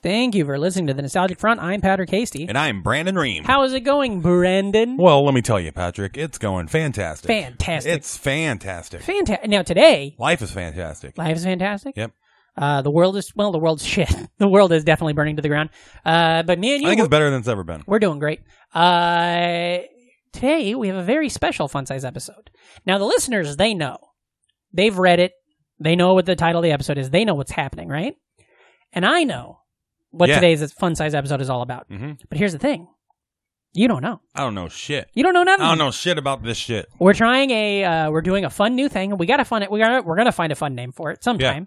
Thank you for listening to the Nostalgic Front. I'm Patrick Hasty. And I'm Brandon Ream. How is it going, Brandon? well, let me tell you, Patrick, it's going fantastic. Fantastic. It's fantastic. fantastic. Now today, Life is fantastic. life is fantastic. Yep. Uh, the world is well, the world's shit. the world is definitely burning to the ground. Uh, but me and you, I think we're, it's better than it's ever been. we're doing great. Uh, today we have a very special fun size episode. Now the listeners, they know, they've read it, they know what the title of the episode is, they know what's happening, right? And I know what Yeah. today's fun size episode is all about. Mm-hmm. But here's the thing, you don't know. I don't know shit. You don't know nothing. I don't know shit about this shit. We're trying a uh, we're doing a fun new thing. We got a fun we got we're gonna find a fun name for it sometime.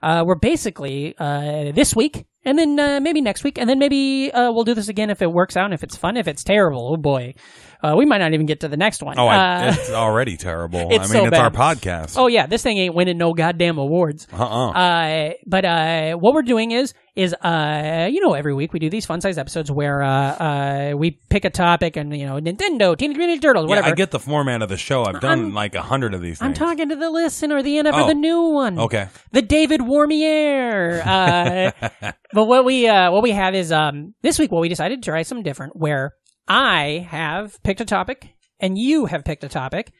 Uh, we're basically uh, this week and then uh, maybe next week and then maybe uh, we'll do this again if it works out. And if it's fun, if it's terrible, oh boy, uh, we might not even get to the next one. Oh, I, uh, it's already terrible. it's I mean, so it's our bad. podcast. oh yeah, this thing ain't winning no goddamn awards. Uh-uh. Uh, but uh, what we're doing is is uh, you know every week we do these fun size episodes where uh, uh, we pick a topic and you know Nintendo, Teenage Mutant Ninja Turtles, yeah, whatever. I get the format of the show. I've done I'm- like a hundred of these I'm things. talking to the listener, the end of Oh. the new one. Okay. The David Warmier. Uh, but what we uh, what we have is um, this week what we decided to try something different where I have picked a topic and you have picked a topic.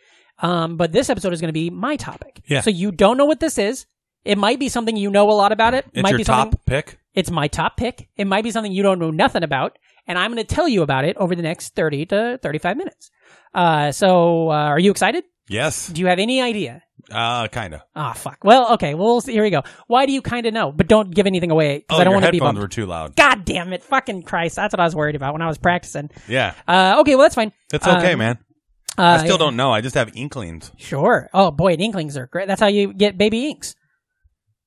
Um, but this episode is going to be my topic. Yeah. So you don't know what this is. It might be something you know a lot about it. It's might your be top something pick. it's my top pick. It might be something you don't know nothing about, and I'm going to tell you about it over the next 30 to 35 minutes. Uh, so uh, are you excited? Yes. Do you have any idea? Uh, kind of. Ah, fuck. Well, okay. Well, we'll see. here we go. Why do you kind of know? But don't give anything away because Oh, I don't your want to be headphones bumped. were too loud. God damn it. Fucking Christ. That's what I was worried about when I was practicing. Yeah. Uh, okay. Well, that's fine. It's Um, okay, man. Uh, I still don't know. I just have inklings. Sure. Oh, boy. And inklings are great. That's how you get baby inks.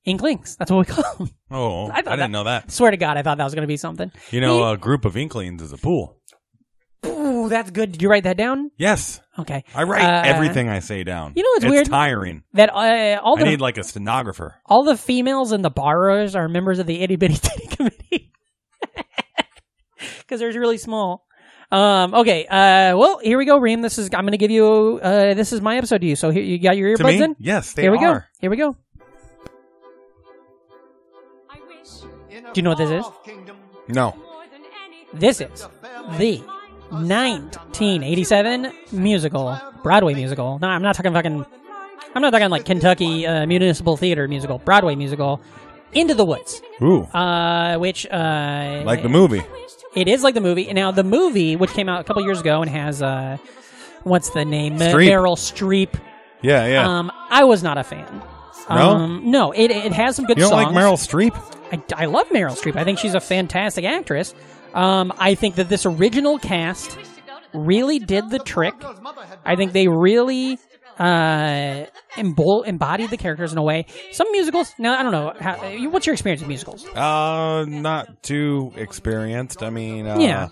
Inklings. That's what we call them. Oh, I I, thought didn't that- know that. Swear to God, I thought that was going to be something. You know, a group of inklings is a pool. Ooh, that's good. Did you write that down? Yes. Okay. I write Uh, everything I say down. you know what's it's weird? tiring. That uh, all I the need like a stenographer. all the females in the borrowers are members of the itty bitty titty committee because they're really small. Um, okay, uh, well, here we go, Reem. This is I'm going to give you. Uh, this is my episode to you. So here you got your to earbuds me? in. Yes, they Here we are. go. Here we go. I wish Do you know what this is? No. more than anything This is the 1987 musical, Broadway musical. No, I'm not talking fucking. I'm not talking like Kentucky uh, Municipal Theater musical, Broadway musical, Into the Woods, Ooh, uh, which uh, like the movie. It is like the movie. Now the movie, which came out a couple years ago and has uh, what's the name? Uh, Streep. Meryl Streep. Yeah, yeah. Um, I was not a fan. No? um, no. It it has some good you don't songs. like Meryl Streep? I, I love Meryl Streep. I think she's a fantastic actress. Um, I think that this original cast really did the trick. I think they really uh, embol- embodied the characters in a way. Some musicals. Now I don't know. How, you- what's your experience with musicals? Uh, not too experienced. I mean, uh, Yeah.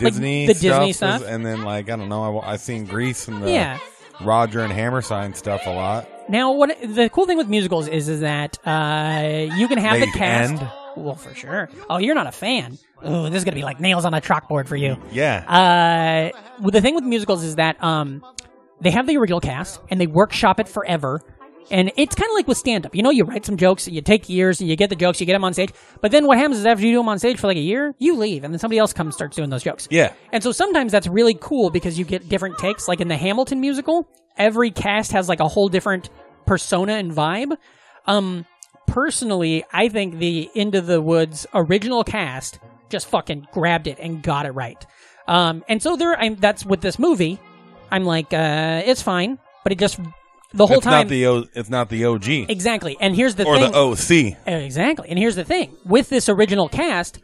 Disney, Like the Disney stuff, was- stuff? and then like I don't know. I, wa- I seen Grease and the Yeah. Roger and Hammerstein stuff a lot. Now, what the cool thing with musicals is, is that uh, you can have They the cast. end. Well, for sure. Oh, you're not a fan. Oh, this is gonna be like nails on a chalkboard for you. Yeah, Uh, well, the thing with musicals is that um, they have the original cast and they workshop it forever. And it's kind of like with stand up. You know, you write some jokes, you take years, and you get the jokes, you get them on stage. But then what happens is after you do them on stage for like a year, you leave, and then somebody else comes starts doing those jokes. Yeah. And so sometimes that's really cool because you get different takes. Like in the Hamilton musical, every cast has like a whole different persona and vibe. Um, personally, I think the Into the Woods original cast just fucking grabbed it and got it right. Um, and so there, I'm, that's with this movie. I'm like, uh, it's fine, but it just the whole it's time not the o, it's not the OG exactly. And here's the or thing, the OC. Exactly. And here's the thing with this original cast,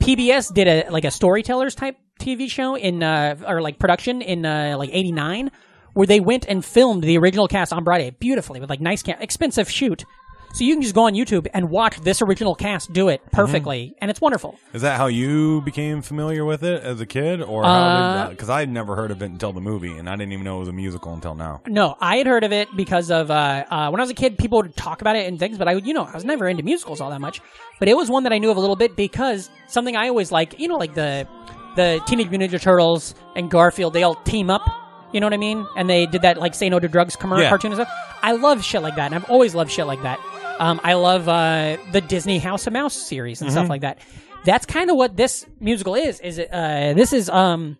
PBS did a like a storytellers type TV show in uh, or like production in uh, like '89, where they went and filmed the original cast on Broadway beautifully with like nice cam- expensive shoot. So you can just go on YouTube and watch this original cast do it perfectly, and it's wonderful. Is that how you became familiar with it as a kid, or Uh, how did that? Because I had never heard of it until the movie, and I didn't even know it was a musical until now. No, I had heard of it because of uh, uh, when I was a kid, people would talk about it and things, but I, would- you know, I was never into musicals all that much. But it was one that I knew of a little bit because something I always like, you know, like the the Teenage Mutant Ninja Turtles and Garfield, they all team up. You know what I mean? And they did that like "Say No to Drugs" commercial Yeah. cartoon and stuff. I love shit like that, and I've always loved shit like that. Um, I love uh, the Disney House of Mouse series and stuff Mm-hmm. like that. That's kind of what this musical is. Is it, uh, this is um,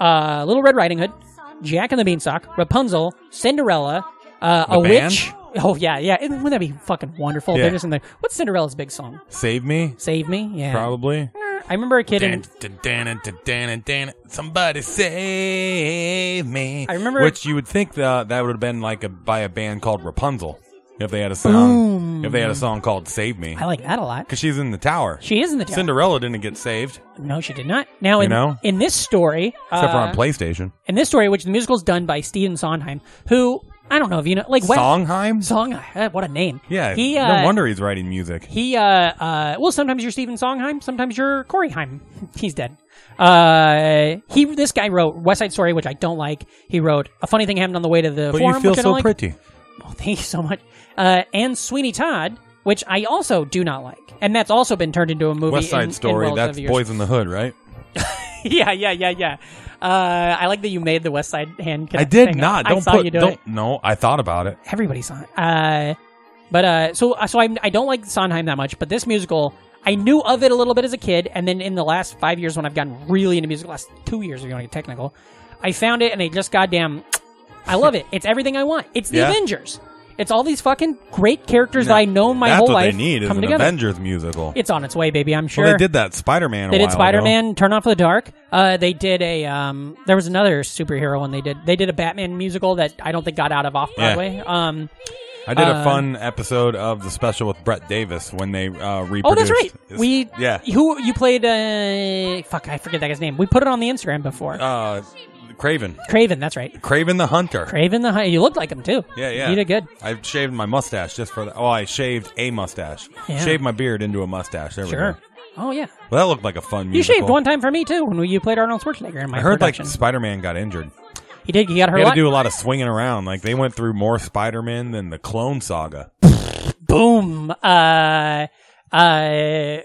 uh, Little Red Riding Hood, Jack and the Beanstalk, Rapunzel, Cinderella, uh, a band? witch. Oh yeah, yeah. Isn't- Wouldn't that be fucking wonderful? Yeah. They're just in there. What's Cinderella's big song? Save me, Save me. Yeah. probably. I remember a kid in Dun, dun, dun, dun, dun, dun, dun, Somebody save me. I remember- Which you would think that that would have been like a by a band called Rapunzel if they had a song. If they had a song called "Save Me," I like that a lot. because she's in the tower. She is in the tower. Cinderella didn't get saved no, she did not. Now in know? in this story, except for uh, on PlayStation. in this story, which the musical's done by Steven Sondheim, who I don't know if you know, like when, Songheim. Song, uh, what a name. yeah. he. Uh, no wonder he's writing music. He, uh, uh, well, sometimes you're Stephen Songheim, sometimes you're Corey Heim. He's dead. Uh, he, this guy wrote West Side Story, which I don't like. He wrote A Funny Thing Happened on the Way to the But Forum, you feel which I so don't like. pretty. Oh, thank you so much. Uh, and Sweeney Todd, which I also do not like. And that's also been turned into a movie. West Side in- in Story. relative that's years. Boys in the Hood, right? yeah, yeah, yeah, yeah. Uh, I like that you made the West Side hand. I connect did thing. not. I Don't saw put. you do don't. it. No, I thought about it. everybody saw it. Uh, but uh, so so I I don't like Sondheim that much, but this musical I knew of it a little bit as a kid, and then in the last five years when I've gotten really into music, last two years if you want to get technical, I found it and I just goddamn, I love it. It's everything I want. It's the Yeah. Avengers. It's all these fucking great characters that I know my that's whole what life they need is come an together. Avengers musical. It's on its way, baby. I'm sure Well, they did that Spider-Man. a they while did ago. Spider-Man, Turn Off the Dark. Uh, they did a um, there was another superhero one they did. They did a Batman musical that I don't think got out of off Broadway. Um, I did Uh, a fun episode of the special with Brett Davis when they uh, reproduced. oh, that's right. It's- We yeah. Who you played? Uh, fuck, I forget that guy's name. We put it on the Instagram before. Uh, Craven, Craven, that's right. Craven the Hunter. Craven the Hun- you looked like him too. yeah, yeah. You did good. I shaved my mustache just for that. Oh, I shaved a mustache. Yeah. Shaved my beard into a mustache. There we Sure. go. Oh yeah. Well, that looked like a fun. You musical. shaved one time for me too when you played Arnold Schwarzenegger in my I heard production. like Spider-Man got injured. he did. He got hurt. They a had lot. to do a lot of swinging around. Like they went through more Spider-Man than the Clone Saga. boom. Uh, uh,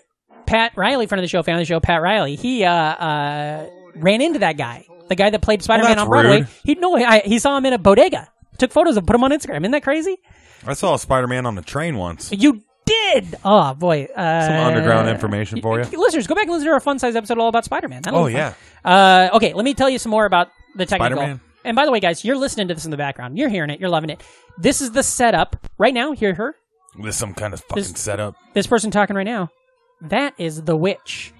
Pat Riley, friend of the show, fan of the show, Pat Riley. He uh, uh, ran into that guy, the guy that played Spider Man that's on Broadway. rude. He no, I, he saw him in a bodega, took photos and put him on Instagram. Isn't that crazy? I saw a Spider-Man on the train once. You did. Oh boy. Uh, Some underground information for you. Listeners, go back and listen to our fun size episode all about Spider Man. Oh yeah. Uh, okay, let me tell you some more about the technical. Spider-Man. And by the way, guys, you're listening to this in the background. You're hearing it. You're loving it. This is the setup right now. Hear her. There's some kind of fucking This- setup. this person talking right now, that is the witch,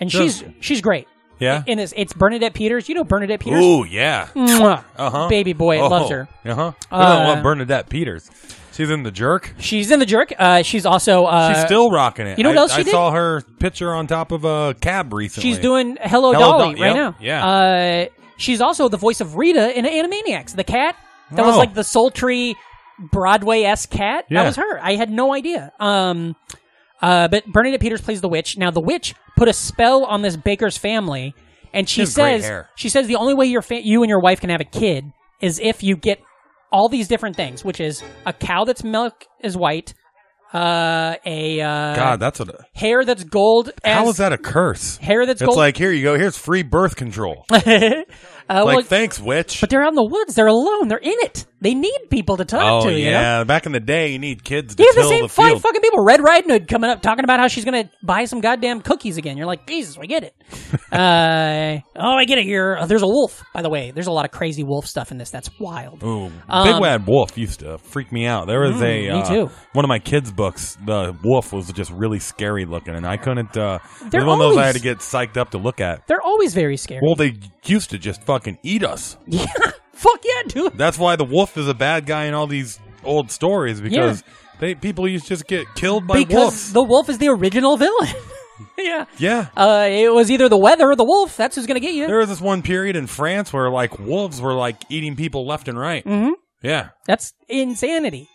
and she's Does- she's great. Yeah. In this, it's Bernadette Peters. You know Bernadette Peters, Ooh yeah. Mwah. Uh huh. baby boy, loves her. Uh-huh. I Uh, don't want Bernadette Peters. She's in the jerk. She's in the jerk. Uh, she's also uh, She's still rocking it. you know what I, else she I did? saw her picture on top of a cab recently. she's doing Hello, Hello Dolly Doll- right yep, now. yeah. Uh, she's also the voice of Rita in Animaniacs, the cat that was Oh. like the sultry Broadway esque cat. Yeah. That was her. I had no idea. Um, uh, but Bernadette Peters plays the witch. Now the witch put a spell on this baker's family, and she, She has great says hair. she says the only way your fa- you and your wife can have a kid is if you get all these different things, which is a cow that's milk is white, uh, a uh, God, that's a hair that's gold. How as- is that a curse? Hair that's It's gold. like here you go. Here's free birth control. like uh, well, thanks, witch. but they're out in the woods. They're alone. They're in it. They need people to talk oh to. You know? yeah. Back in the day, you need kids to Yeah, the till same the five field. fucking people. Red Riding Hood coming up talking about how she's gonna buy some goddamn cookies again. You're like, Jesus, we get it. uh, oh, I get it. Here, oh, there's a wolf. By the way, there's a lot of crazy wolf stuff in this. That's wild. Ooh, Um, Mm, Big Bad Wolf used to freak me out. There was a me uh, too. one of my kids' books. The wolf was just really scary looking, and I couldn't. Uh, it They're was one of those I always- had to get psyched up to look at. They're always very scary. Well, they used to just fucking eat us. yeah, fuck yeah, dude. That's why the wolf is a bad guy in all these old stories because they people used to just get killed by because wolves. the wolf is the original villain. yeah. yeah. Uh, it was either the weather or the wolf. That's who's gonna get you. there was this one period in France where like wolves were like eating people left and right. Mm-hmm. Yeah. That's insanity.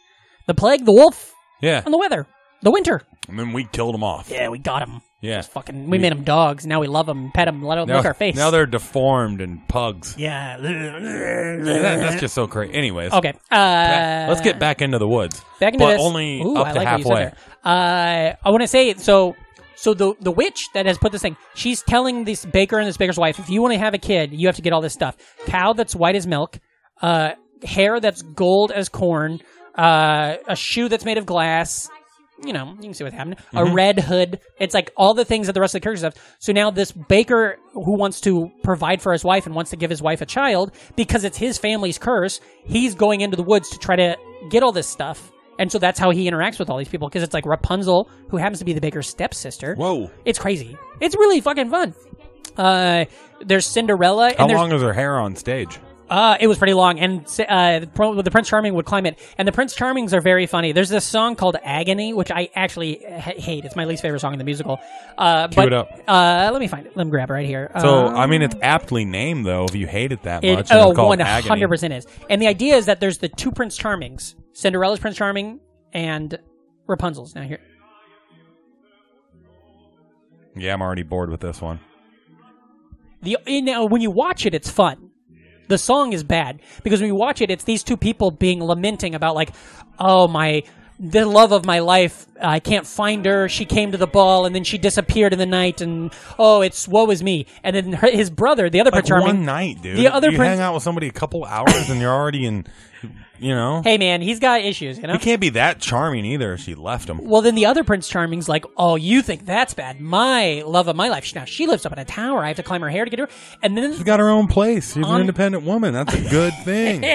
The plague, the wolf, Yeah. on the weather, the winter. And then we killed them off. Yeah, we got them. Yeah. Fucking, we made them dogs. Now we love them, pet them, let them Now- lick our face. Now they're deformed and pugs. yeah. That- that's just so crazy. Anyways. Okay. Uh, Let's get back into the woods. back into but this. only Ooh, up I to like what you said halfway. there. Uh, I want to say so. So the the witch that has put this thing, she's telling this baker and this baker's wife, if you want to have a kid, you have to get all this stuff: cow that's white as milk, uh, hair that's gold as corn, uh, a shoe that's made of glass. You know, you can see what's happening. Mm-hmm. A red hood. It's like all the things that the rest of the characters have. So now this baker who wants to provide for his wife and wants to give his wife a child because it's his family's curse, he's going into the woods to try to get all this stuff. And so that's how he interacts with all these people because it's like Rapunzel, who happens to be the baker's stepsister. Whoa. It's crazy. It's really fucking fun. Uh, there's Cinderella. And How there's, long is her hair on stage? Uh, it was pretty long, and uh, the pro- the Prince Charming would climb it. And the Prince Charmings are very funny. There's this song called "Agony," which I actually h- hate. It's my least favorite song in the musical. Uh, but it up. Uh, let me find it. Let me grab it right here. So Uh, I mean, it's aptly named though. If you hate it that it, much, and oh, it's called 100% Agony. is. And the idea is that there's the two Prince Charmings Cinderella's Prince Charming and Rapunzel's. Now, here. Yeah, I'm already bored with this one. The you know, when you watch it, it's fun. The song is bad because when you watch it, it's these two people being lamenting about like, oh my, the love of my life, I can't find her. She came to the ball and then she disappeared in the night, and oh, it's woe is me. And then her, his brother, the other Like Prince Charming, one night, dude. The other you Prince, hang out with somebody a couple hours and you're already in. You know, hey man, he's got issues, you know. it can't be that charming either. If she left him. Well, then the other Prince Charming's like, oh, you think that's bad? My love of my life. Now she lives up in a tower. I have to climb her hair to get to her. And then She's got her own place. She's On- an independent woman. That's a good thing.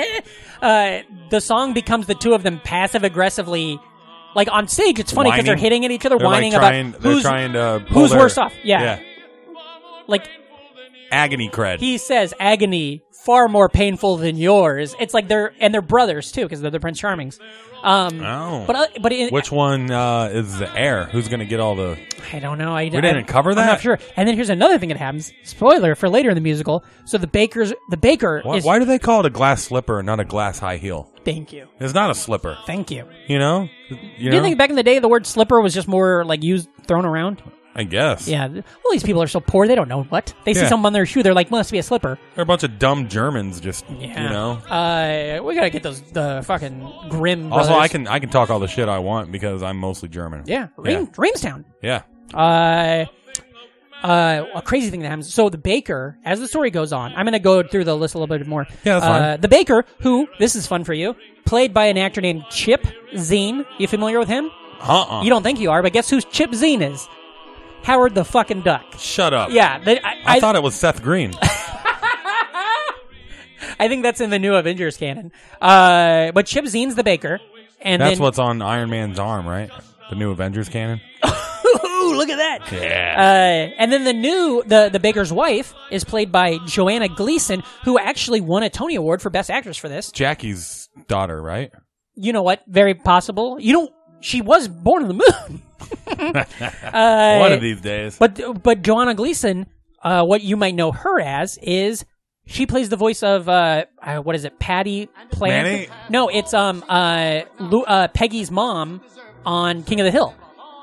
uh, the song becomes the two of them passive aggressively, like on stage. It's funny because Whining. they're hitting at each other, They're, like, whining trying- about they're who's trying to pull who's their- worse off. Yeah. like Agony cred. he says, agony far more painful than yours. It's like they're and they're brothers too because they're the Prince Charmings. Um, Oh. but uh, but in, Which one uh, is the heir? Who's going to get all the? I don't know. I, we didn't cover I'm that? not sure. And then here's another thing that happens. Spoiler for later in the musical. So the baker's the baker Why, is. why do they call it a glass slipper and not a glass high heel? Thank you. It's not a slipper. Thank you. You know. You Do you know. think back in the day the word slipper was just more like used thrown around? I guess. Yeah. th- Well, these people are so poor; they don't know what they see. Yeah. Something on their shoe, they're like, "Must be a slipper." They're a bunch of dumb Germans. Just Yeah. you know. Uh, we gotta get those the fucking grim. Also, brothers. I can I can talk all the shit I want because I'm mostly German. Yeah. Ream, Reamstown. Yeah. Uh, uh, a crazy thing that happens. So the baker, as the story goes on, I'm gonna go through the list a little bit more. Yeah, that's uh, fine. The baker, who this is fun for you, played by an actor named Chip Zine. You familiar with him? Uh-uh. You don't think you are, but guess who Chip Zine is? Howard the fucking Duck. Shut up. Yeah, they, I, I, I- thought it was Seth Green. I think that's in the new Avengers canon. Uh, but Chip Zine's the baker, and That's then, what's on Iron Man's arm, right? The new Avengers canon. Ooh, look at that. Yeah. Uh, and then the new the the baker's wife is played by Joanna Gleason, who actually won a Tony Award for Best Actress for this. Jackie's daughter, right? You know what? Very possible. You know, she was born on the moon. uh, One of these days. But but Joanna Gleason, uh, what you might know her as is she plays the voice of uh, uh what is it, Patty Plant? Manny? No, it's um uh, Lu- uh Peggy's mom on King of the Hill.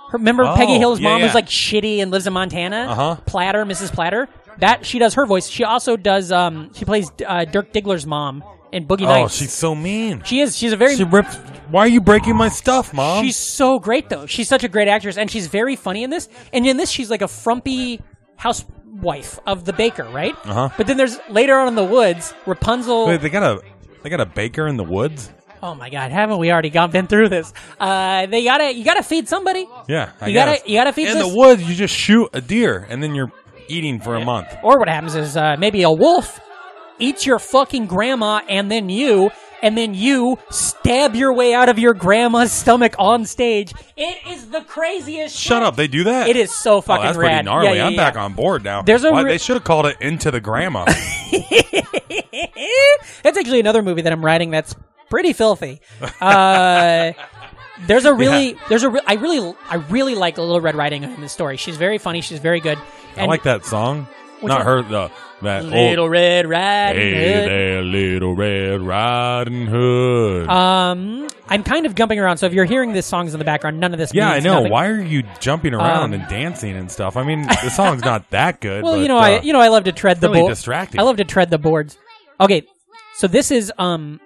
Her- Remember Oh, Peggy Hill's yeah, mom yeah. who's like shitty and lives in Montana? Uh-huh. Platter, Mrs. Platter. That she does her voice. She also does um she plays uh, Dirk Diggler's mom in Boogie oh, Nights. she's so mean. she is. She's a very She ripped. Why are you breaking my stuff, mom? She's so great though. She's such a great actress, and she's very funny in this. And in this, she's like a frumpy housewife of the baker, right? Uh-huh. But then there's later on in the woods, Rapunzel. Wait, they got a they got a baker in the woods. oh my God, haven't we already gone been through this? Uh, they gotta you gotta feed somebody. Yeah, I You gotta- guess. you gotta feed in this- the woods. You just shoot a deer and then you're eating for a month. Or what happens is uh, maybe a wolf eats your fucking grandma, and then you. And then you stab your way out of your grandma's stomach on stage. It is the craziest. Shut shit. up! They do that. It is so Oh, fucking that's rad. pretty gnarly. Yeah, yeah, I'm yeah. back on board now. There's a Why- re- they should have called it "Into the Grandma." that's actually another movie that I'm writing that's pretty filthy. Uh, there's a really, there's a, re- I really, I really like Little Red Riding Hood in this story. She's very funny. She's very good. I And like that song. Which one? Not her the that Little old, Red Riding Oh. Hey Hood. there, little Red Riding Hood. Um, I'm kind of jumping around, so if you're hearing this songs in the background, none of this. yeah, I means know. nothing. Why are you jumping around Um, and dancing and stuff? I mean, the song's not that good. Well, but, you know, uh, I you know I love to tread the really boards. distracting. I love to tread the boards. Okay, so this is um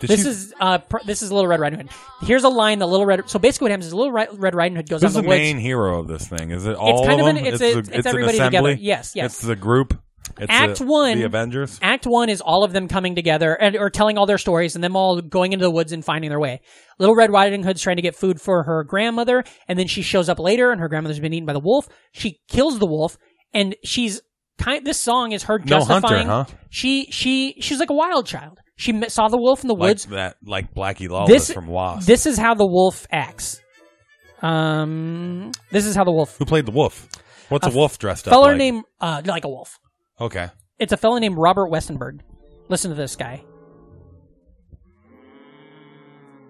Did this she- is uh pr- this is Little Red Riding Hood. Here's a line that Little Red. So basically, what happens is Little Ri- Red Riding Hood goes Who's on the the woods. main hero of this thing? Is it all kind of of an- them? it's the- a- it's everybody an together. assembly? Yes, yes. It's the group. It's Act the- one- The Avengers. Act one is all of them coming together and or telling all their stories and them all going into the woods and finding their way. Little Red Riding Hood's trying to get food for her grandmother, and then she shows up later and her grandmother's been eaten by the wolf. She kills the wolf, and she's kind. This song is her No hunter, justifying. huh? She she she's like a wild child. She m- saw the wolf in the Like woods. that, like Blackie Lawless This- from Lost. This is how the wolf acts. Um, this is how the wolf. Who played the wolf? What's a, wolf dressed up Fellow like? named uh, like a wolf. Okay. It's a fellow named Robert Westenberg. Listen to this guy.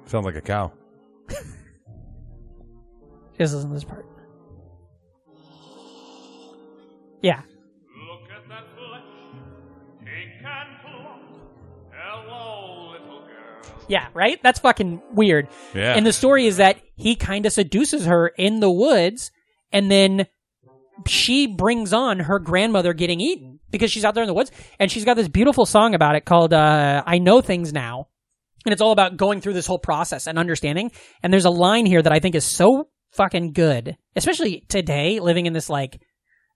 Sounds like a cow. Just listen to this part. Yeah. Look at that flesh. He can pluck. Hello, little girl. Yeah, right? That's fucking weird. Yeah. And the story is that he kind of seduces her in the woods, and then she brings on her grandmother getting eaten because she's out there in the woods. And she's got this beautiful song about it called uh, I Know Things Now. And it's all about going through this whole process and understanding. And there's a line here that I think is so fucking good, especially today, living in this like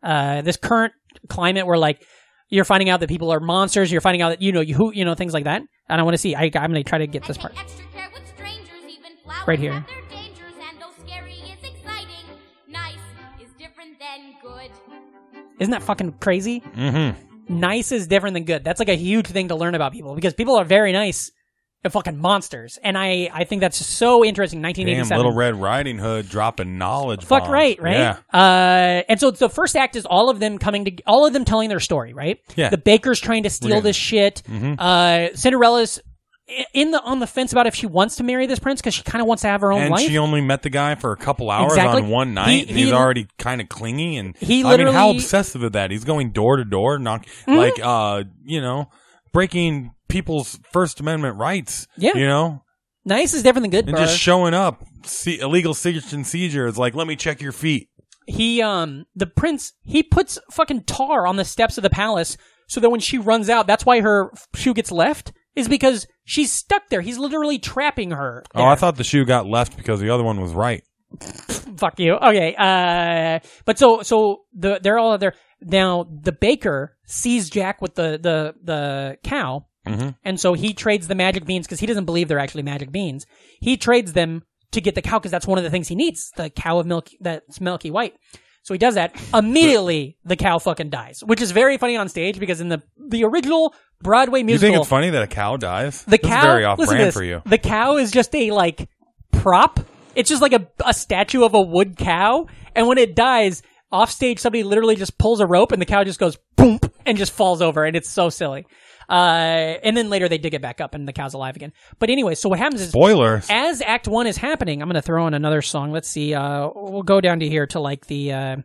uh, this current climate where like you're finding out that people are monsters, you're finding out that you know you who you know things like that. And I want to see. I, I'm gonna try to get this part. Right Right here. here. and though scary is exciting, nice is different than good. Isn't that fucking crazy? Mm-hmm. Nice is different than good. That's like a huge thing to learn about people because people are very nice. They're fucking monsters, and I I think that's so interesting. Damn, 1987. Little Red Riding Hood dropping knowledge. Fuck bombs. right, right? Yeah. Uh, and so the first act is all of them coming to, all of them telling their story, right? Yeah. Mm-hmm. The baker's trying to steal getting- this shit. Uh, Cinderella's i- in the on the fence about if she wants to marry this prince because she kind of wants to have her own And life. she only met the guy for a couple hours Exactly. on one night. He- and he's he- already kind of clingy, and He I mean, how literally- Mm-hmm. obsessive of that? He's going door to door, knock like uh, you know, breaking people's First Amendment rights. Yeah. you know, nice is different than good, and bro. just showing up. See, illegal search and seizure is like, let me check your feet. he um the prince he puts fucking tar on the steps of the palace so that when she runs out, that's why her shoe gets left is because she's stuck there. He's literally trapping her. Oh, I thought the shoe got left because the other one was right. fuck you. Okay. Uh, but so so the they're all out there now. The baker sees Jack with the the the cow, Mm-hmm. and so he trades the magic beans because he doesn't believe they're actually magic beans. He trades them to get the cow because that's one of the things he needs the cow of milk that's milky white. So he does that immediately. the cow fucking dies, which is very funny on stage because in the the original Broadway You musical, think it's funny that a cow dies? the This is cow very off listen to brand this. for you. The cow is just a like prop. It's just like a, a statue of a wood cow, and when it dies, off stage somebody literally just pulls a rope, and the cow just goes boom and just falls over, and it's so silly. Uh, and then later they dig it back up, and the cow's alive again. But anyway, so what happens is Spoilers. as Act One is happening, I'm going to throw in another song. Let's see. Uh, we'll go down to here to like the uh,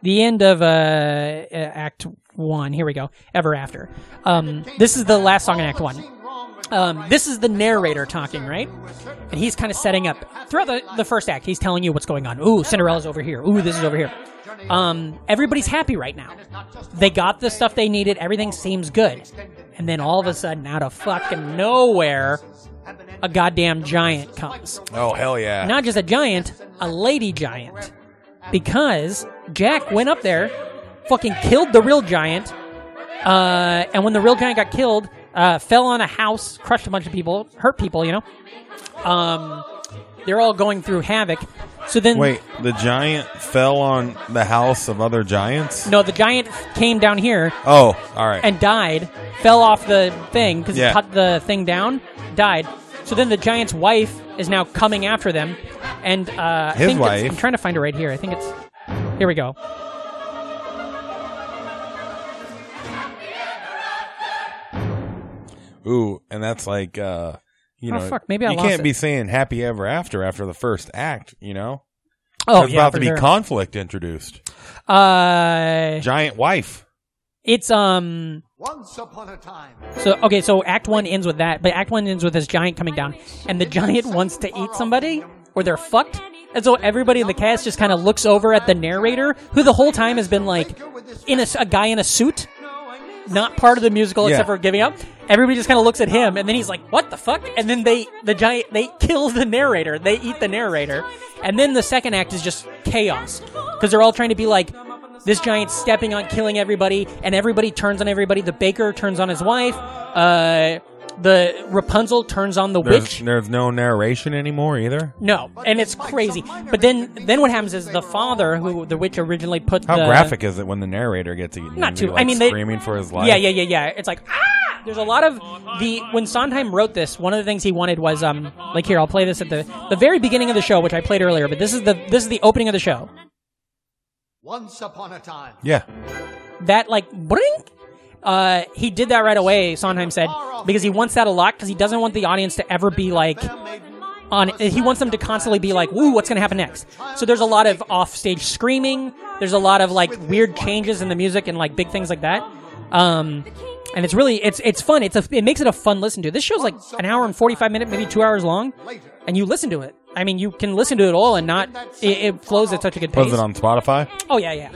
the end of uh, uh, Act One. Here we go. Ever After. Um, this is the last song in Act One. Um, this is the narrator talking, right? And he's kind of setting up throughout the, the first act. He's telling you what's going on. Ooh, Cinderella's over here. Ooh, this is over here. Um, everybody's happy right now. They got the stuff they needed. Everything seems good. And then all of a sudden, out of fucking nowhere, a goddamn giant comes. Oh hell yeah! Not just a giant, a lady giant. Because Jack went up there, fucking killed the real giant, uh, and when the real giant got killed, uh, fell on a house, crushed a bunch of people, hurt people, you know. Um, they're all going through havoc. So then, Wait, the giant fell on the house of other giants. no, the giant came down here Oh, all right. and died, fell off the thing because Yeah. he cut the thing down, died. So then the giant's wife is now coming after them, and uh, I His think it's- wife? I'm trying to find her right here. I think it's here we go. Ooh, and that's like uh you Oh, know fuck, maybe I you lost can't it. be saying happy ever after after the first act, you know? Oh, There's yeah, about for to be sure. conflict introduced. uh, Giant wife. it's um. Once upon a time. So okay, so Act One ends with that, but Act One ends with this giant coming down, and the giant wants to eat somebody, or they're fucked, and so everybody in the cast just kind of looks over at the narrator, who the whole time has been like, in a, s- a guy in a suit, not part of the musical Yeah. except for giving up. Everybody just kind of looks at him, and then he's like, "What the fuck?" And then they, the giant, they kill the narrator, they eat the narrator, and then the second act is just chaos because they're all trying to be like. This giant stepping on killing everybody, and everybody turns on everybody. The baker turns on his wife. Uh, the Rapunzel turns on the There's, witch. there's no narration anymore either. No, and it's crazy. But then, then what happens is the father, who the witch originally put How the graphic is it when the narrator gets eaten? Not Is too- he, like, I mean, they- screaming for his life. Yeah, yeah, yeah, yeah. It's like ah. There's a lot of the when Sondheim wrote this, one of the things he wanted was um like here I'll play this at the the very beginning of the show, which I played earlier. But this is the this is the opening of the show. Once upon a time. yeah. That like brink. Uh, he did that right away. Sondheim said because he wants that a lot because he doesn't want the audience to ever be like on he wants them to constantly be like woo what's going to happen next so there's a lot of offstage screaming there's a lot of like weird changes in the music and like big things like that um and it's really it's it's fun it's a it makes it a fun listen to this show's like an hour and 45 minute maybe two hours long and you listen to it i mean you can listen to it all and not it, it flows at such a good pace Was it on Spotify? oh yeah yeah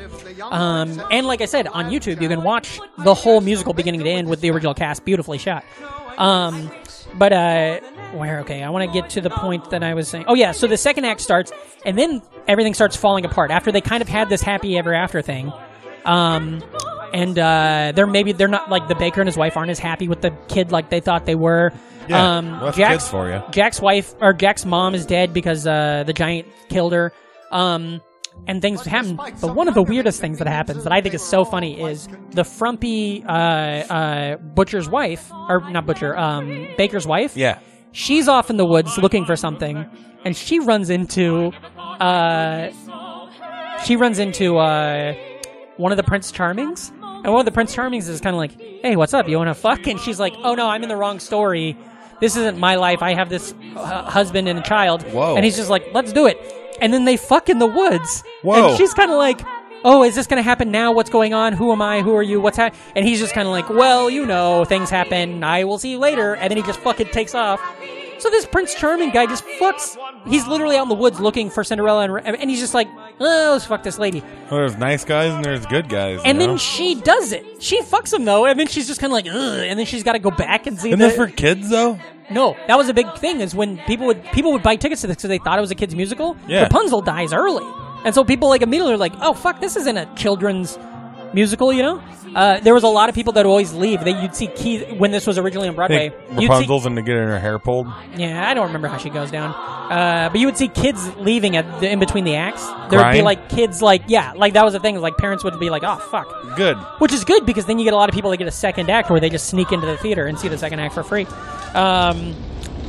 um and like i said on youtube you can watch the whole musical beginning to end with the original cast beautifully shot um but uh where okay i want to get to the point that i was saying oh yeah so the second act starts and then everything starts falling apart after they kind of had this happy ever after thing um and uh they're maybe they're not like the baker and his wife aren't as happy with the kid like they thought they were Yeah, um rough Jack's- kids for you. Jack's wife or Jack's mom is dead because uh, the giant killed her. Um, and things happen. But one of the weirdest things that happens that I think is so funny is the frumpy uh, uh, butcher's wife, or not butcher, um, baker's wife. Yeah. She's off in the woods looking for something, and she runs into, uh, she runs into uh, one of the Prince Charmings, and one of the Prince Charmings is kind of like, "Hey, what's up? You want to fuck?" And she's like, "Oh no, I'm in the wrong story. This isn't my life. I have this uh, husband and a child." Whoa. And he's just like, "Let's do it." And then they fuck in the woods. Whoa. And she's kind of like, "Oh, is this going to happen now? What's going on? Who am I? Who are you? What's happening?" And he's just kind of like, "Well, you know, things happen. I will see you later." And then he just fucking takes off. So this Prince Charming guy just fucks. He's literally out in the woods looking for Cinderella, and, and he's just like, "Oh, let's fuck this lady." Well, there's nice guys and there's good guys. And you know? then she does it. She fucks him though, and then she's just kind of like, Ugh, and then she's got to go back and see. Isn't the- this for kids though? no, that was a big thing is when people would people would buy tickets to this because they thought it was a kids musical. Yeah. Rapunzel dies early, and so people like immediately are like, oh fuck, this isn't a children's musical, you know? Uh, there was a lot of people that would always leave. That you'd see Keith when this was originally on I Broadway. think you'd see- Rapunzel's and to get her hair pulled. yeah, I don't remember how she goes down. Uh, but you would see kids leaving at the, in between the acts. There would be Crying? like kids, like yeah, like that was the thing. Like parents would be like, "Oh fuck," Good. which is good because then you get a lot of people that get a second act where they just sneak into the theater and see the second act for free. Um,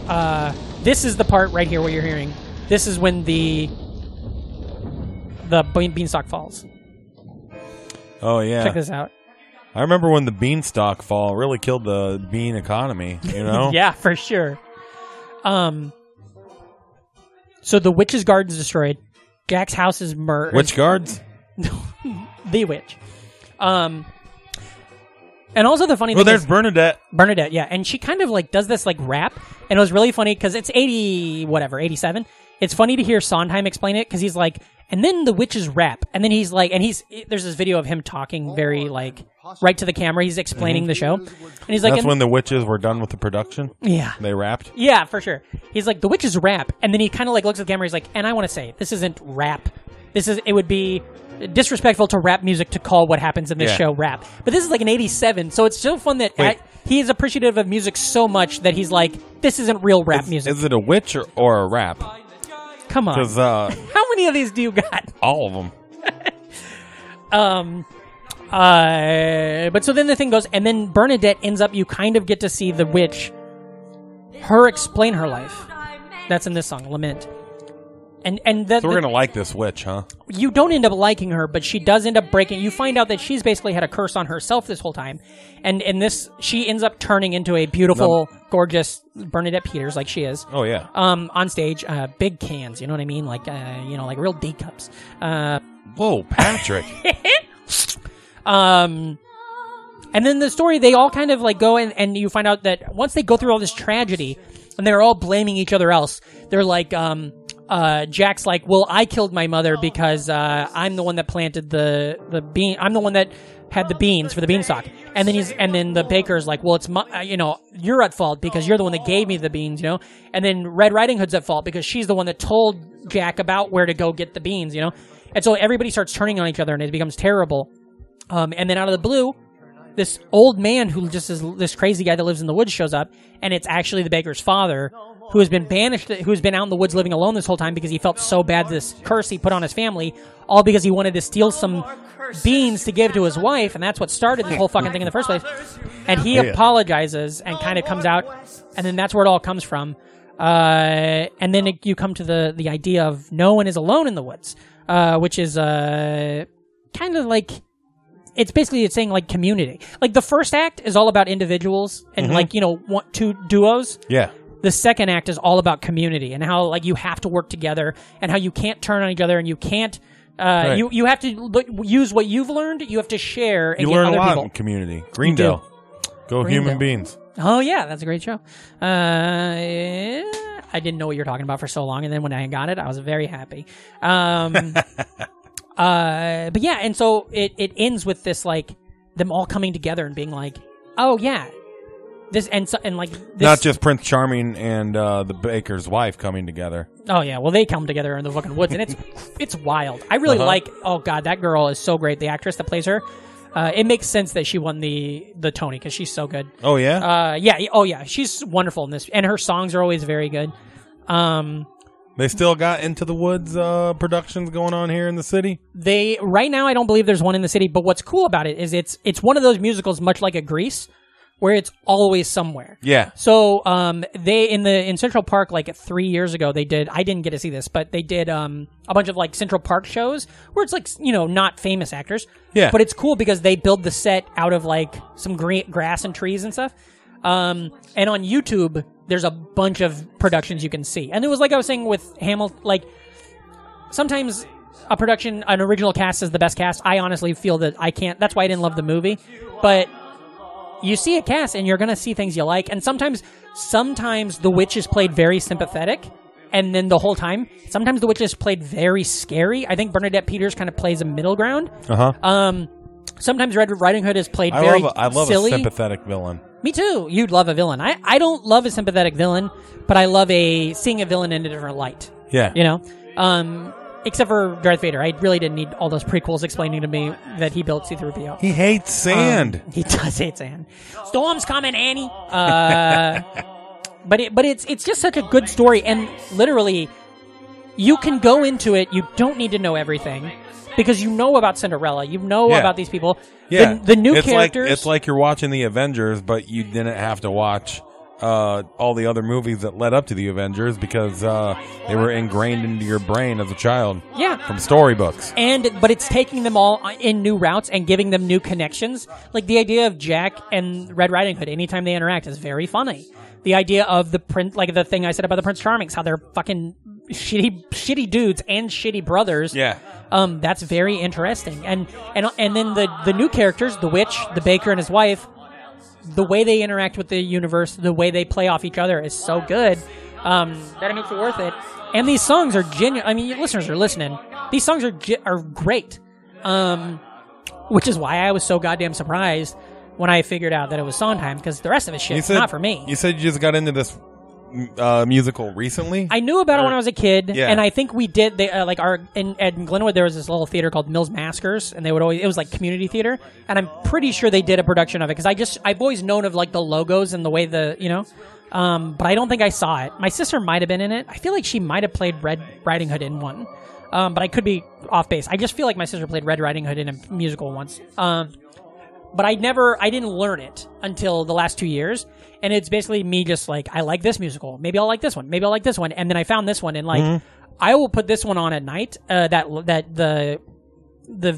uh, this is the part right here where you're hearing. This is when the the bean- beanstalk falls. Oh yeah. Check this out. I remember when the beanstalk fall really killed the bean economy. You know. Yeah, for sure. Um. So the witch's garden's destroyed. Jack's house is murdered. Witch guards? the witch. Um, and also the funny Well, thing there's is Bernadette. Bernadette, yeah, and she kind of like does this like rap, and it was really funny because it's eighty whatever eighty seven. It's funny to hear Sondheim explain it because he's like, and then the witches rap, and then he's like, and he's there's this video of him talking very like right to the camera. He's explaining the show, and he's like, That's and- when the witches were done with the production. yeah, They rapped. yeah, for sure. He's like, the witches rap, and then he kind of like looks at the camera. He's like, and I want to say, this isn't rap. This is it would be disrespectful to rap music to call what happens in this Yeah. show rap. But this is like an '87, so it's so fun that Wait. I- he is appreciative of music so much that he's like, this isn't real rap music. Is it a witch or, or a rap? Come on, Because uh, how many of these do you got? all of them. Um, uh, but so then the thing goes, and then Bernadette ends up. You kind of get to see the witch, her explain her life. That's in this song, Lament. And and the, So we're the- gonna like this witch, huh? you don't end up liking her, but she does end up breaking. You find out that she's basically had a curse on herself this whole time, and and this she ends up turning into a beautiful, gorgeous Bernadette Peters, like she is. Oh yeah. Um, on stage, uh, big cans. You know what I mean? Like, uh, you know, like real D cups. Uh, Whoa, Patrick. um, and then the story they all kind of like go and and you find out that once they go through all this tragedy, and they're all blaming each other else. They're like, um, uh, Jack's like, well, I killed my mother because uh, I'm the one that planted the the bean. I'm the one that had the beans for the beanstalk. And then he's and then the baker's like, well, it's my, uh, you know, you're at fault because you're the one that gave me the beans, you know. And then Red Riding Hood's at fault because she's the one that told Jack about where to go get the beans, you know. And so everybody starts turning on each other, and it becomes terrible. Um, and then out of the blue, this old man who just is this crazy guy that lives in the woods shows up, and it's actually the baker's father who has been banished, who has been out in the woods living alone this whole time because he felt so bad this curse he put on his family, all because he wanted to steal some beans to give to his wife, and that's what started this whole fucking thing in the first place. And he apologizes and kind of comes out, and then that's where it all comes from. Uh, and then it, you come to the the idea of no one is alone in the woods, uh, which is uh, kind of like it's basically it's saying like community. Like the first act is all about individuals and Mm-hmm. like you know one, two duos. yeah. The second act is all about community and how like you have to work together and how you can't turn on each other and you can't. Uh, You you have to l- use what you've learned. You have to share and You get learn a other lot in people. community. Greendale. Go human Greendale. beings. Oh yeah, that's a great show. Uh, yeah, I didn't know what you were talking about for so long, and then when I got it, I was very happy. Um, uh, but yeah, and so it it ends with this like them all coming together and being like, oh yeah, this and so, and like this, Not just Prince Charming and uh, the baker's wife coming together. oh yeah, well they come together in the fucking woods, and it's it's wild. I really Uh-huh. like. Oh god, that girl is so great. The actress that plays her. Uh, it makes sense that she won the the Tony because she's so good. Oh yeah. Uh, yeah. Oh, yeah. She's wonderful in this, and her songs are always very good. Um, they still got into the woods uh, productions going on here in the city. they right now, I don't believe there's one in the city. But what's cool about it is it's it's one of those musicals, much like a Grease, where it's always somewhere. Yeah. So, um, they in the in Central Park like three years ago, they did. I didn't get to see this, but they did um a bunch of like Central Park shows where it's like you know not famous actors. Yeah. But it's cool because they build the set out of like some green grass and trees and stuff. Um, and on YouTube, there's a bunch of productions you can see. And it was like I was saying with Hamilton, like sometimes a production, an original cast is the best cast. I honestly feel that I can't. That's why I didn't love the movie, but you see a cast and you're gonna see things you like. And sometimes, sometimes the witch is played very sympathetic, and then the whole time. Sometimes the witch is played very scary. I think Bernadette Peters kind of plays a middle ground. Uh huh. Um, sometimes Red Riding Hood is played I very love. A, I love silly. a sympathetic villain. Me too. You'd love a villain. I I don't love a sympathetic villain, but I love a seeing a villain in a different light Yeah. you know um except for darth vader i really didn't need all those prequels explaining to me that he built c3po He hates sand. he does hate sand storm's coming annie uh but it but it's it's just such a good story and literally you can go into it you don't need to know everything because you know about cinderella you know Yeah. about these people yeah. the, the new it's characters Like, it's like you're watching the Avengers, but you didn't have to watch uh, all the other movies that led up to the Avengers because uh, they were ingrained into your brain as a child yeah from storybooks. and but it's taking them all in new routes and giving them new connections. Like the idea of Jack and Red Riding Hood, anytime they interact, is very funny. The idea of the prince, like the thing I said about the Prince Charmings, how they're fucking shitty, shitty dudes and shitty brothers. Yeah. um, that's very interesting. And and and then the the new characters, the witch, the baker, and his wife, the way they interact with the universe, the way they play off each other is so good um, that it makes it worth it. And these songs are genuine. I mean, you listeners are listening. These songs are ge- are great, um, which is why I was so goddamn surprised when I figured out that it was Sondheim because the rest of his shit You is said- not for me. You said you just got into this uh, musical recently. I knew about it when I was a kid, Yeah. and I think we did. They uh, like our in, in Glenwood there was this little theater called Mills Maskers, and they would always it was like community theater, and I'm pretty sure they did a production of it because I just I've always known of like the logos and the way the you know, um, but I don't think I saw it. My sister might have been in it. I feel like she might have played Red Riding Hood in one, um, but I could be off base. I just feel like my sister played Red Riding Hood in a musical once. Um, but I never, I didn't learn it until the last two years. And it's basically me just like, I like this musical. Maybe I'll like this one. Maybe I'll like this one. And then I found this one and like, Mm-hmm. I will put this one on at night. Uh, that, that the, the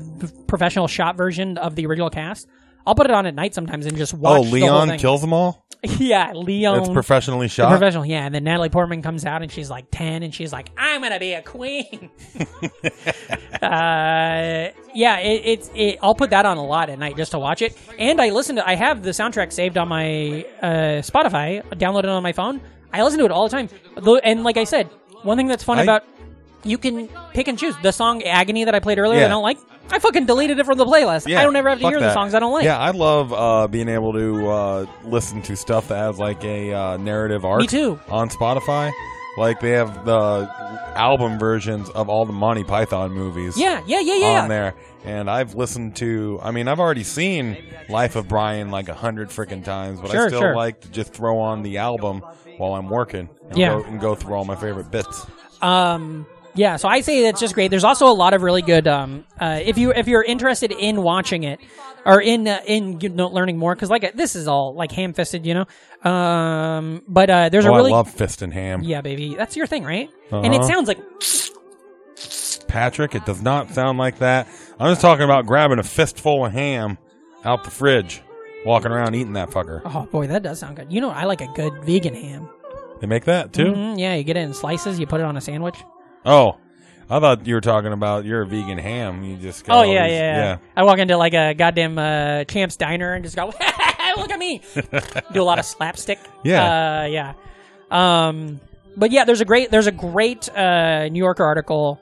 professional shot version of the original cast. I'll put it on at night sometimes and just watch. Oh, the whole Leon thing. kills them all. yeah, Leon. It's professionally The shot. professional, yeah. And then Natalie Portman comes out and she's like 10 and she's like, I'm going to be a queen. uh, yeah, it, it's, it, I'll put that on a lot at night just to watch it. And I listen to, I have the soundtrack saved on my uh, Spotify, downloaded on my phone. I listen to it all the time. Though- And like I said, one thing that's fun I- about, you can pick and choose. The song Agony that I played earlier, Yeah. I don't like. I fucking deleted it from the playlist. I don't ever have to fuck hear the that. songs I don't like. Yeah, I love uh, being able to uh, listen to stuff that has like a uh, narrative arc. Me too. On Spotify, like they have the album versions of all the Monty Python movies. Yeah, yeah, yeah, yeah. On there, and I've listened to. I mean, I've already seen Life of Brian like a hundred freaking times, but I Sure, still sure. like to just throw on the album while I'm working. And Yeah. go, and go through all my favorite bits. Um, yeah, so I say that's just great. There's also a lot of really good. Um, uh, if you if you're interested in watching it, or in uh, in you know, learning more, because like this is all like ham fisted, you know. Um, but uh, there's oh, a really I love Fist and Ham. yeah, baby, that's your thing, right? And it Uh-huh. sounds like Patrick. It does not sound like that. I'm just talking about grabbing a fistful of ham out the fridge, walking around eating that fucker. oh boy, that does sound good. You know, I like a good vegan ham. They make that too? Mm, yeah, you get it in slices, you put it on a sandwich. Oh, I thought you were talking about you're a vegan ham. You just go, Oh yeah, yeah, these- yeah. I walk into like a goddamn uh, Champs Diner and just go, look at me. Do a lot of slapstick. Yeah. uh, yeah. Um, but yeah, there's a great there's a great uh, New Yorker article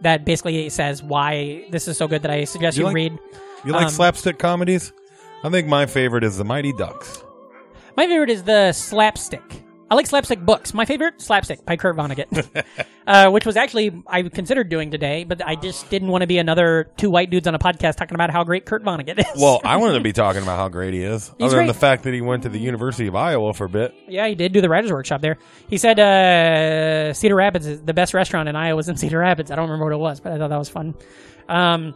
that basically says why this is so good that I suggest You you, like- read. You like Um, slapstick comedies? I think my favorite is The Mighty Ducks. My favorite is the slapstick. I like slapstick books. My favorite slapstick by Kurt Vonnegut, uh, which was actually I considered doing today, but I just didn't want to be another two white dudes on a podcast talking about how great Kurt Vonnegut is. Well, I wanted to be talking about how great he is, other than great. the fact that he went to the University of Iowa for a bit. Yeah, he did do the writers' workshop there. He said uh, Cedar Rapids is the best restaurant in Iowa was in Cedar Rapids. I don't remember what it was, but I thought that was fun. Um,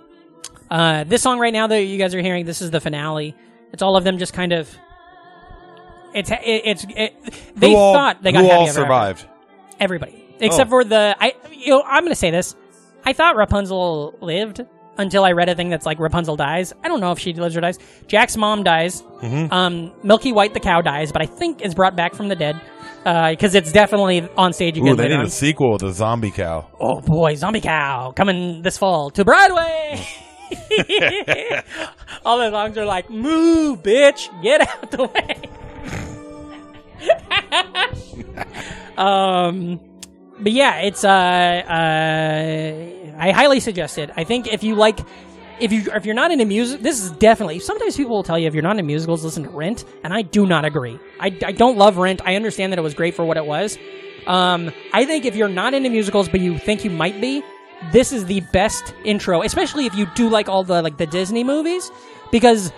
uh, this song right now that you guys are hearing, this is the finale. It's all of them just kind of. It's it, it's it, they who all, thought they got who happy all ever after. survived? Everybody except Oh. for the I. You know, I'm gonna say this. I thought Rapunzel lived until I read a thing that's like Rapunzel dies. I don't know if she lives or dies. Jack's mom dies. Mm-hmm. Um, Milky White the cow dies, but I think is brought back from the dead because it's definitely on stage again. Ooh, they later need on. a sequel with a zombie cow. oh boy, Zombie Cow coming this fall to Broadway. All the songs are like, "Move, bitch, get out the way." um, but yeah, it's uh, uh, I highly suggest it. I think if you like, if you if you're not into music, this is definitely. Sometimes people will tell you if you're not into musicals, listen to Rent, and I do not agree. I, I don't love Rent. I understand that it was great for what it was. Um, I think if you're not into musicals, but you think you might be, this is the best intro, especially if you do like all the like the Disney movies, because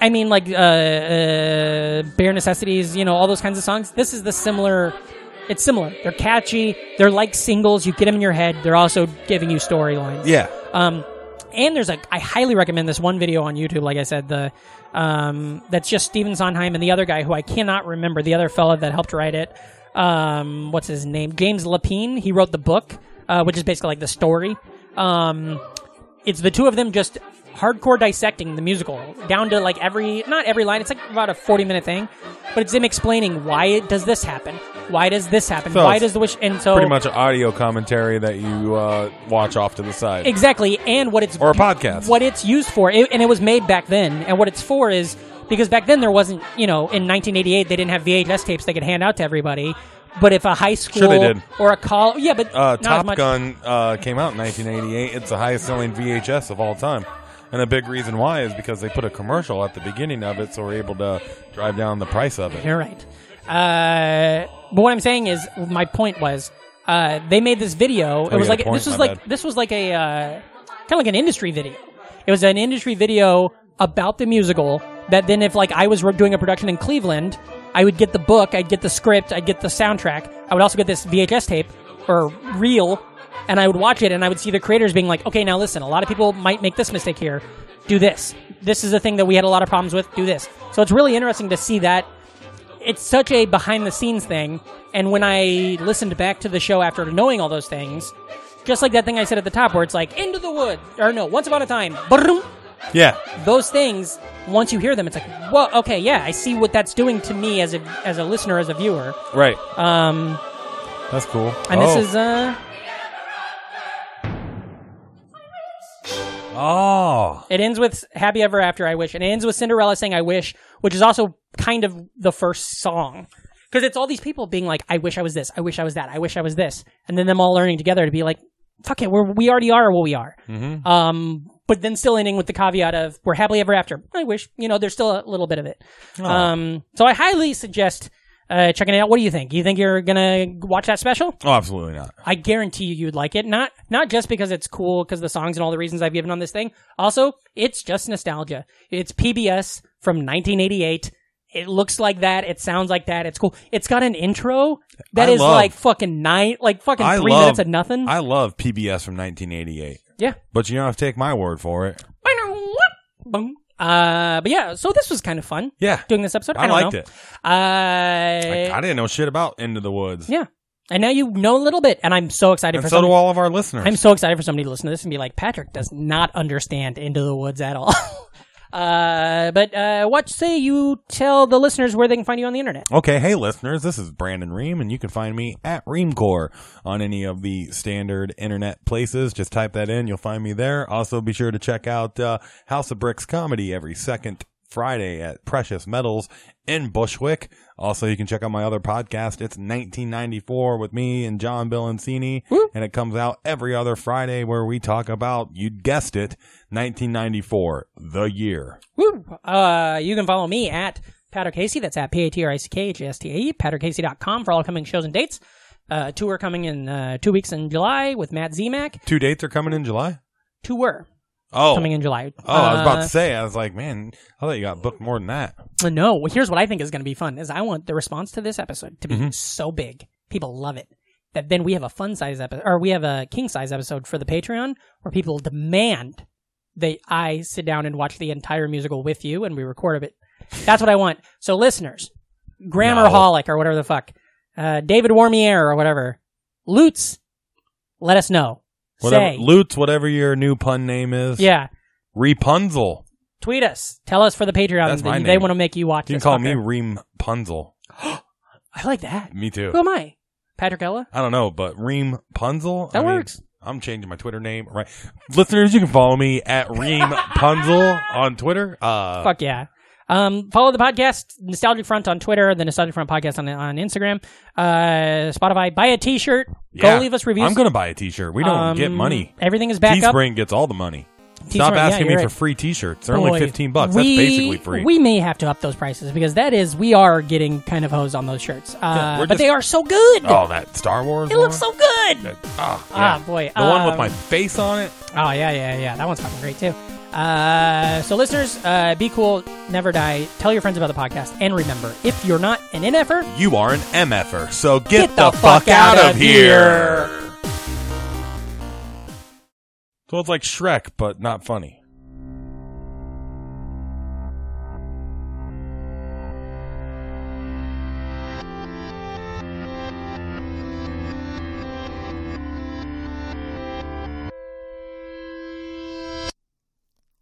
I mean, like uh, uh, bare necessities, you know, all those kinds of songs. This is the similar. It's similar. They're catchy. They're like singles. You get them in your head. They're also giving you storylines. Yeah. Um, and there's a. I highly recommend this one video on YouTube. Like I said, the um, that's just Steven Sondheim and the other guy who I cannot remember. The other fella that helped write it. Um, what's his name? James Lapine. He wrote the book, uh, which is basically like the story. Um, it's the two of them just hardcore dissecting the musical down to like every not every line it's like about a 40 minute thing but it's them explaining why it does this happen why does this happen So why it's does the wish and so pretty much an audio commentary that you uh, watch off to the side. Exactly, and what it's Or a podcast. What it's used for, it, and it was made back then, and what it's for is because back then there wasn't, you know, in 1988 they didn't have VHS tapes they could hand out to everybody. But if a high school they did. or a call, yeah, but uh, not as Top much. Gun uh, came out in 1988. It's the highest selling VHS of all time. And a big reason why is because they put a commercial at the beginning of it, so we're able to drive down the price of it. You're right. Uh, but what I'm saying is, my point was, uh, they made this video. it you was had a like Oh, point, this was my like bad. this was like a uh, kind of like an industry video. It was an industry video about the musical. That then, if like I was re- doing a production in Cleveland, I would get the book, I'd get the script, I'd get the soundtrack, I would also get this VHS tape or reel and I would watch it and I would see the creators being like, okay, now listen, a lot of people might make this mistake here. Do this. This is the thing that we had a lot of problems with. Do this. So it's really interesting to see that. It's such a behind the scenes thing. And when I listened back to the show after knowing all those things, just like that thing I said at the top where it's like, into the wood, or no, once upon a time, Broom. Yeah. those things, once you hear them, it's like, whoa, okay, yeah, I see what that's doing to me as a, as a listener, as a viewer. Right. Um, That's cool. and Oh. this is, uh, Oh. It ends with Happy Ever After, I Wish. And it ends with Cinderella saying, I wish, which is also kind of the first song. Because it's all these people being like, I wish I was this. I wish I was that. I wish I was this. And then them all learning together to be like, fuck it, we're, we already are what we are. Um, but then still ending with the caveat of, we're happily ever after. I wish, you know, there's still a little bit of it. Um, so I highly suggest uh, checking it out. What do you think? You think you're going to watch that special? Oh, absolutely not. I guarantee you you'd like it. Not not just because it's cool because the songs and all the reasons I've given on this thing. Also, it's just nostalgia. It's PBS from 1988. It looks like that. It sounds like that. It's cool. It's got an intro that I is love- like fucking nine, like fucking I three love, minutes of nothing. I love PBS from 1988, yeah. but you don't have to take my word for it. Boom. Uh, but yeah, so this was kind of fun. Yeah. Doing this episode, I, I don't liked know. it. Uh, I, I didn't know shit about Into the Woods. yeah. And now you know a little bit, and I'm so excited and for so some- do all of our listeners. I'm so excited for somebody to listen to this and be like, Patrick does not understand Into the Woods at all. uh, but uh, what say you tell the listeners where they can find you on the internet? Okay, hey listeners, this is Brandon Ream, and you can find me at Reamcore on any of the standard internet places. Just type that in, you'll find me there. Also, be sure to check out uh, House of Bricks comedy every second Friday at Precious Metals in Bushwick. Also, you can check out my other podcast. It's 1994 with me and John Bilancini, and it comes out every other Friday where we talk about, you guessed it, 1994, the year. Woo! Uh, you can follow me at Patrick Casey. That's at P A T R I C K H A S T A E, patrickcasey.com for all coming shows and dates. Uh, tour coming in uh, two weeks in July with Matt Zemak. Two dates are coming in July? Tour Oh. coming in July. Oh, I was about to say. I was like, man, I thought you got booked more than that. Uh, No, well, here's what I think is going to be fun is I want the response to this episode to be Mm-hmm. so big. People love it. That then we have a fun size episode or we have a king size episode for the Patreon where people demand that I sit down and watch the entire musical with you and we record it. That's what I want. So listeners, Grammarholic or whatever the fuck, uh, David Warmier or whatever, Lutz, let us know. Whatever, Say, Lutz, whatever your new pun name is. yeah, Rapunzel. tweet us. Tell us for the Patreon That's my that they name. want to make you watch. You can this call me fucker. Reampunzel. I like that. Me too. Who am I? Patrick Ella. I don't know, but Reampunzel? That I mean, works. I'm changing my Twitter name. Right. Listeners, you can follow me at Reampunzel on Twitter. Uh, Fuck yeah. Um, follow the podcast, Nostalgic Front on Twitter, the Nostalgic Front podcast on on Instagram, uh, Spotify. Buy a T-shirt. yeah. Go leave us reviews. I'm going to buy a t shirt. We don't Um, get money. Everything is back up. Teespring gets all the money. Stop Teespring, yeah, asking you're me for right. free t shirts. They're only Boy, 15 bucks. we- That's basically free. We may have to up those prices because that is we are getting kind of hosed on those shirts. Uh, we're but just- they are so good. oh, that Star Wars. it looks one? so good. Ah, Ah, yeah. boy. The one Um, with my face on it. Oh yeah, yeah, yeah. That one's fucking great too. Uh, so listeners, uh, be cool, never die. Tell your friends about the podcast, and remember, if you're not an NFer, You are an MFer, so get, Get the, fuck, out, of here. here. So it's like Shrek, but not funny.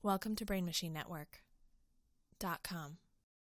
Welcome to BrainMachineNetwork.com.